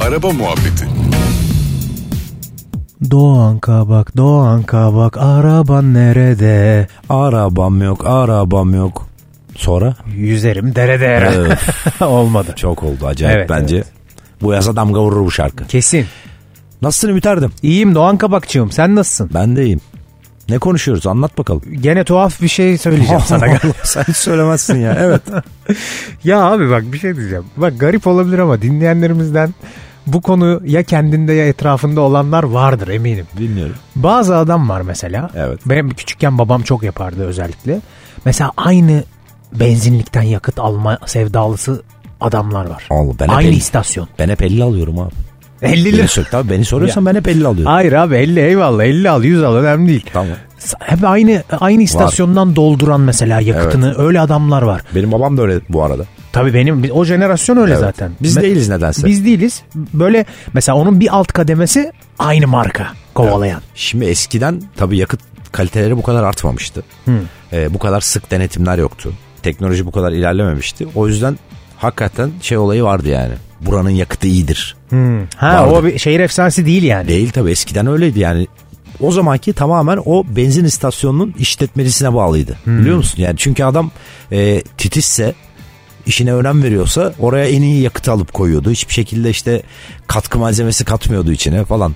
Araba Muhabbeti Doğan kabak, doğan kabak, araban nerede? Arabam yok, arabam yok. Sonra? Yüzerim derede. Öf, Olmadı. çok oldu acayip Evet, bence. Bu yasa damga vurur bu şarkı. Kesin. Nasılsın Ümit Erdem? İyiyim Doğan kabakçığım sen nasılsın? Ben de iyiyim. Ne konuşuyoruz anlat bakalım. Gene tuhaf bir şey söyleyeceğim sana. Sen hiç söylemezsin ya evet. ya abi bak bir şey diyeceğim. Bak garip olabilir ama dinleyenlerimizden bu konu ya kendinde ya etrafında olanlar vardır eminim. Bilmiyorum. Bazı adam var mesela. Evet. Benim küçükken babam çok yapardı özellikle. Mesela aynı benzinlikten yakıt alma sevdalısı adamlar var. Al, ben hep aynı elli- istasyon. Ben hep 50 alıyorum abi. 50 lira. Beni, sor, tabii beni soruyorsan ben hep 50 alıyorum. Hayır abi 50 eyvallah 50 al 100 al önemli değil. Tamam. S- Hep aynı aynı istasyondan dolduran mesela yakıtını öyle adamlar var. Benim babam da öyle bu arada. Tabii benim bi- o jenerasyon öyle Evet. zaten. Biz Me- değiliz nedense. Biz değiliz. Böyle mesela onun bir alt kademesi aynı marka kovalayan. Şimdi eskiden tabii yakıt kaliteleri bu kadar artmamıştı. Ee, bu kadar sık denetimler yoktu. Teknoloji bu kadar ilerlememişti. O yüzden hakikaten şey olayı vardı yani. Buranın yakıtı iyidir. Ha Vardı. o bir şehir efsanesi değil yani. Hmm. Değil tabii eskiden öyleydi yani. O zamanki tamamen o benzin istasyonunun işletmecisine bağlıydı. Biliyor musun? Yani çünkü adam e, titizse işine önem veriyorsa oraya en iyi yakıtı alıp koyuyordu. Hiçbir şekilde işte katkı malzemesi katmıyordu içine falan.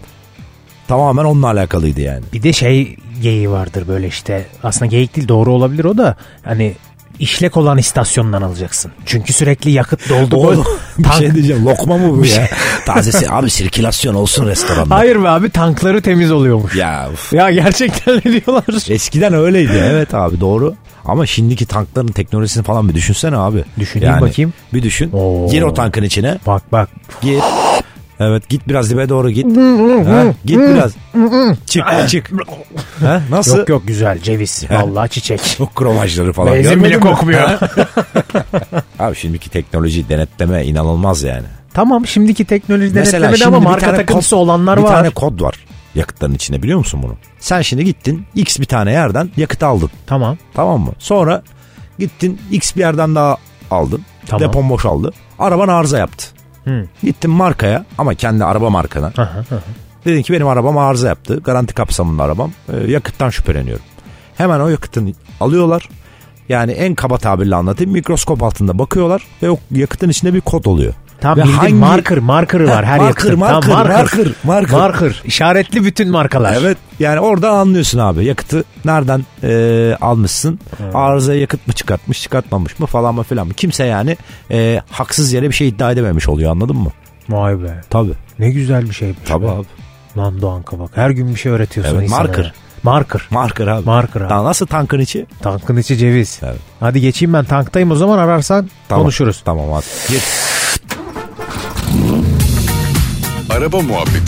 Tamamen onunla alakalıydı yani. Bir de şey geyiği vardır böyle işte. Aslında geyik değil doğru olabilir o da. Hani işlek olan istasyondan alacaksın. Çünkü sürekli yakıt doldu. Oğlum bir Tank- şey- şey diyeceğim lokma mı bu ya? Tazesi abi sirkülasyon olsun restoranda. Hayır be abi tankları temiz oluyormuş. Ya uf. Ya gerçekten ne diyorlar? eskiden öyleydi evet abi doğru. Ama şimdiki tankların teknolojisini falan bir düşünsene abi. Düşüneyim bakayım. Bir düşün. Oo. Gir o tankın içine. Bak bak. Gir. Evet git biraz dibe doğru git. ha, git biraz. çık çık. ha, nasıl? Yok yok güzel ceviz. Vallahi çiçek. Çok kromajları falan. Benzin bile Görmedin mi? kokmuyor. Abi şimdiki teknoloji denetleme inanılmaz yani. tamam şimdiki teknoloji denetlemede şimdi ama bir marka tane takıntısı kod- olanlar bir var. tane kod var yakıtların içinde biliyor musun bunu? Sen şimdi gittin X bir tane yerden yakıt aldın Tamam. tamam mı? Sonra gittin X bir yerden daha aldın. Tamam. Depon boşaldı. Araban arıza yaptı. Hı. Gittin markaya ama kendi araba markana. Aha, aha. Dedin ki benim arabam arıza yaptı. Garanti kapsamında arabam. Ee, yakıttan şüpheleniyorum. Hemen o yakıtını alıyorlar. Yani en kaba tabirle anlatayım. Mikroskop altında bakıyorlar ve o yakıtın içinde bir kod oluyor. Tam Ve bildiğin hangi- marker, marker'ı var Ha, her marker, yakıtın. marker, Tam marker, marker. Marker. İşaretli bütün markalar. Evet yani orada anlıyorsun abi yakıtı nereden e, almışsın arızaya yakıt mı çıkartmış çıkartmamış mı falan mı filan mı kimse yani e, haksız yere bir şey iddia edememiş oluyor anladın mı? Vay be. Tabi. Ne güzel bir şey. Tabi abi. Lan Doğan Kabak. Her gün bir şey öğretiyorsun Evet, insana. marker. ya. Marker. Marker abi. Marker abi. Daha nasıl tankın içi? Tankın içi ceviz. Evet. Hadi geçeyim ben tanktayım o zaman ararsan Tamam. konuşuruz. Tamam abi. Gir. Araba Muhabbeti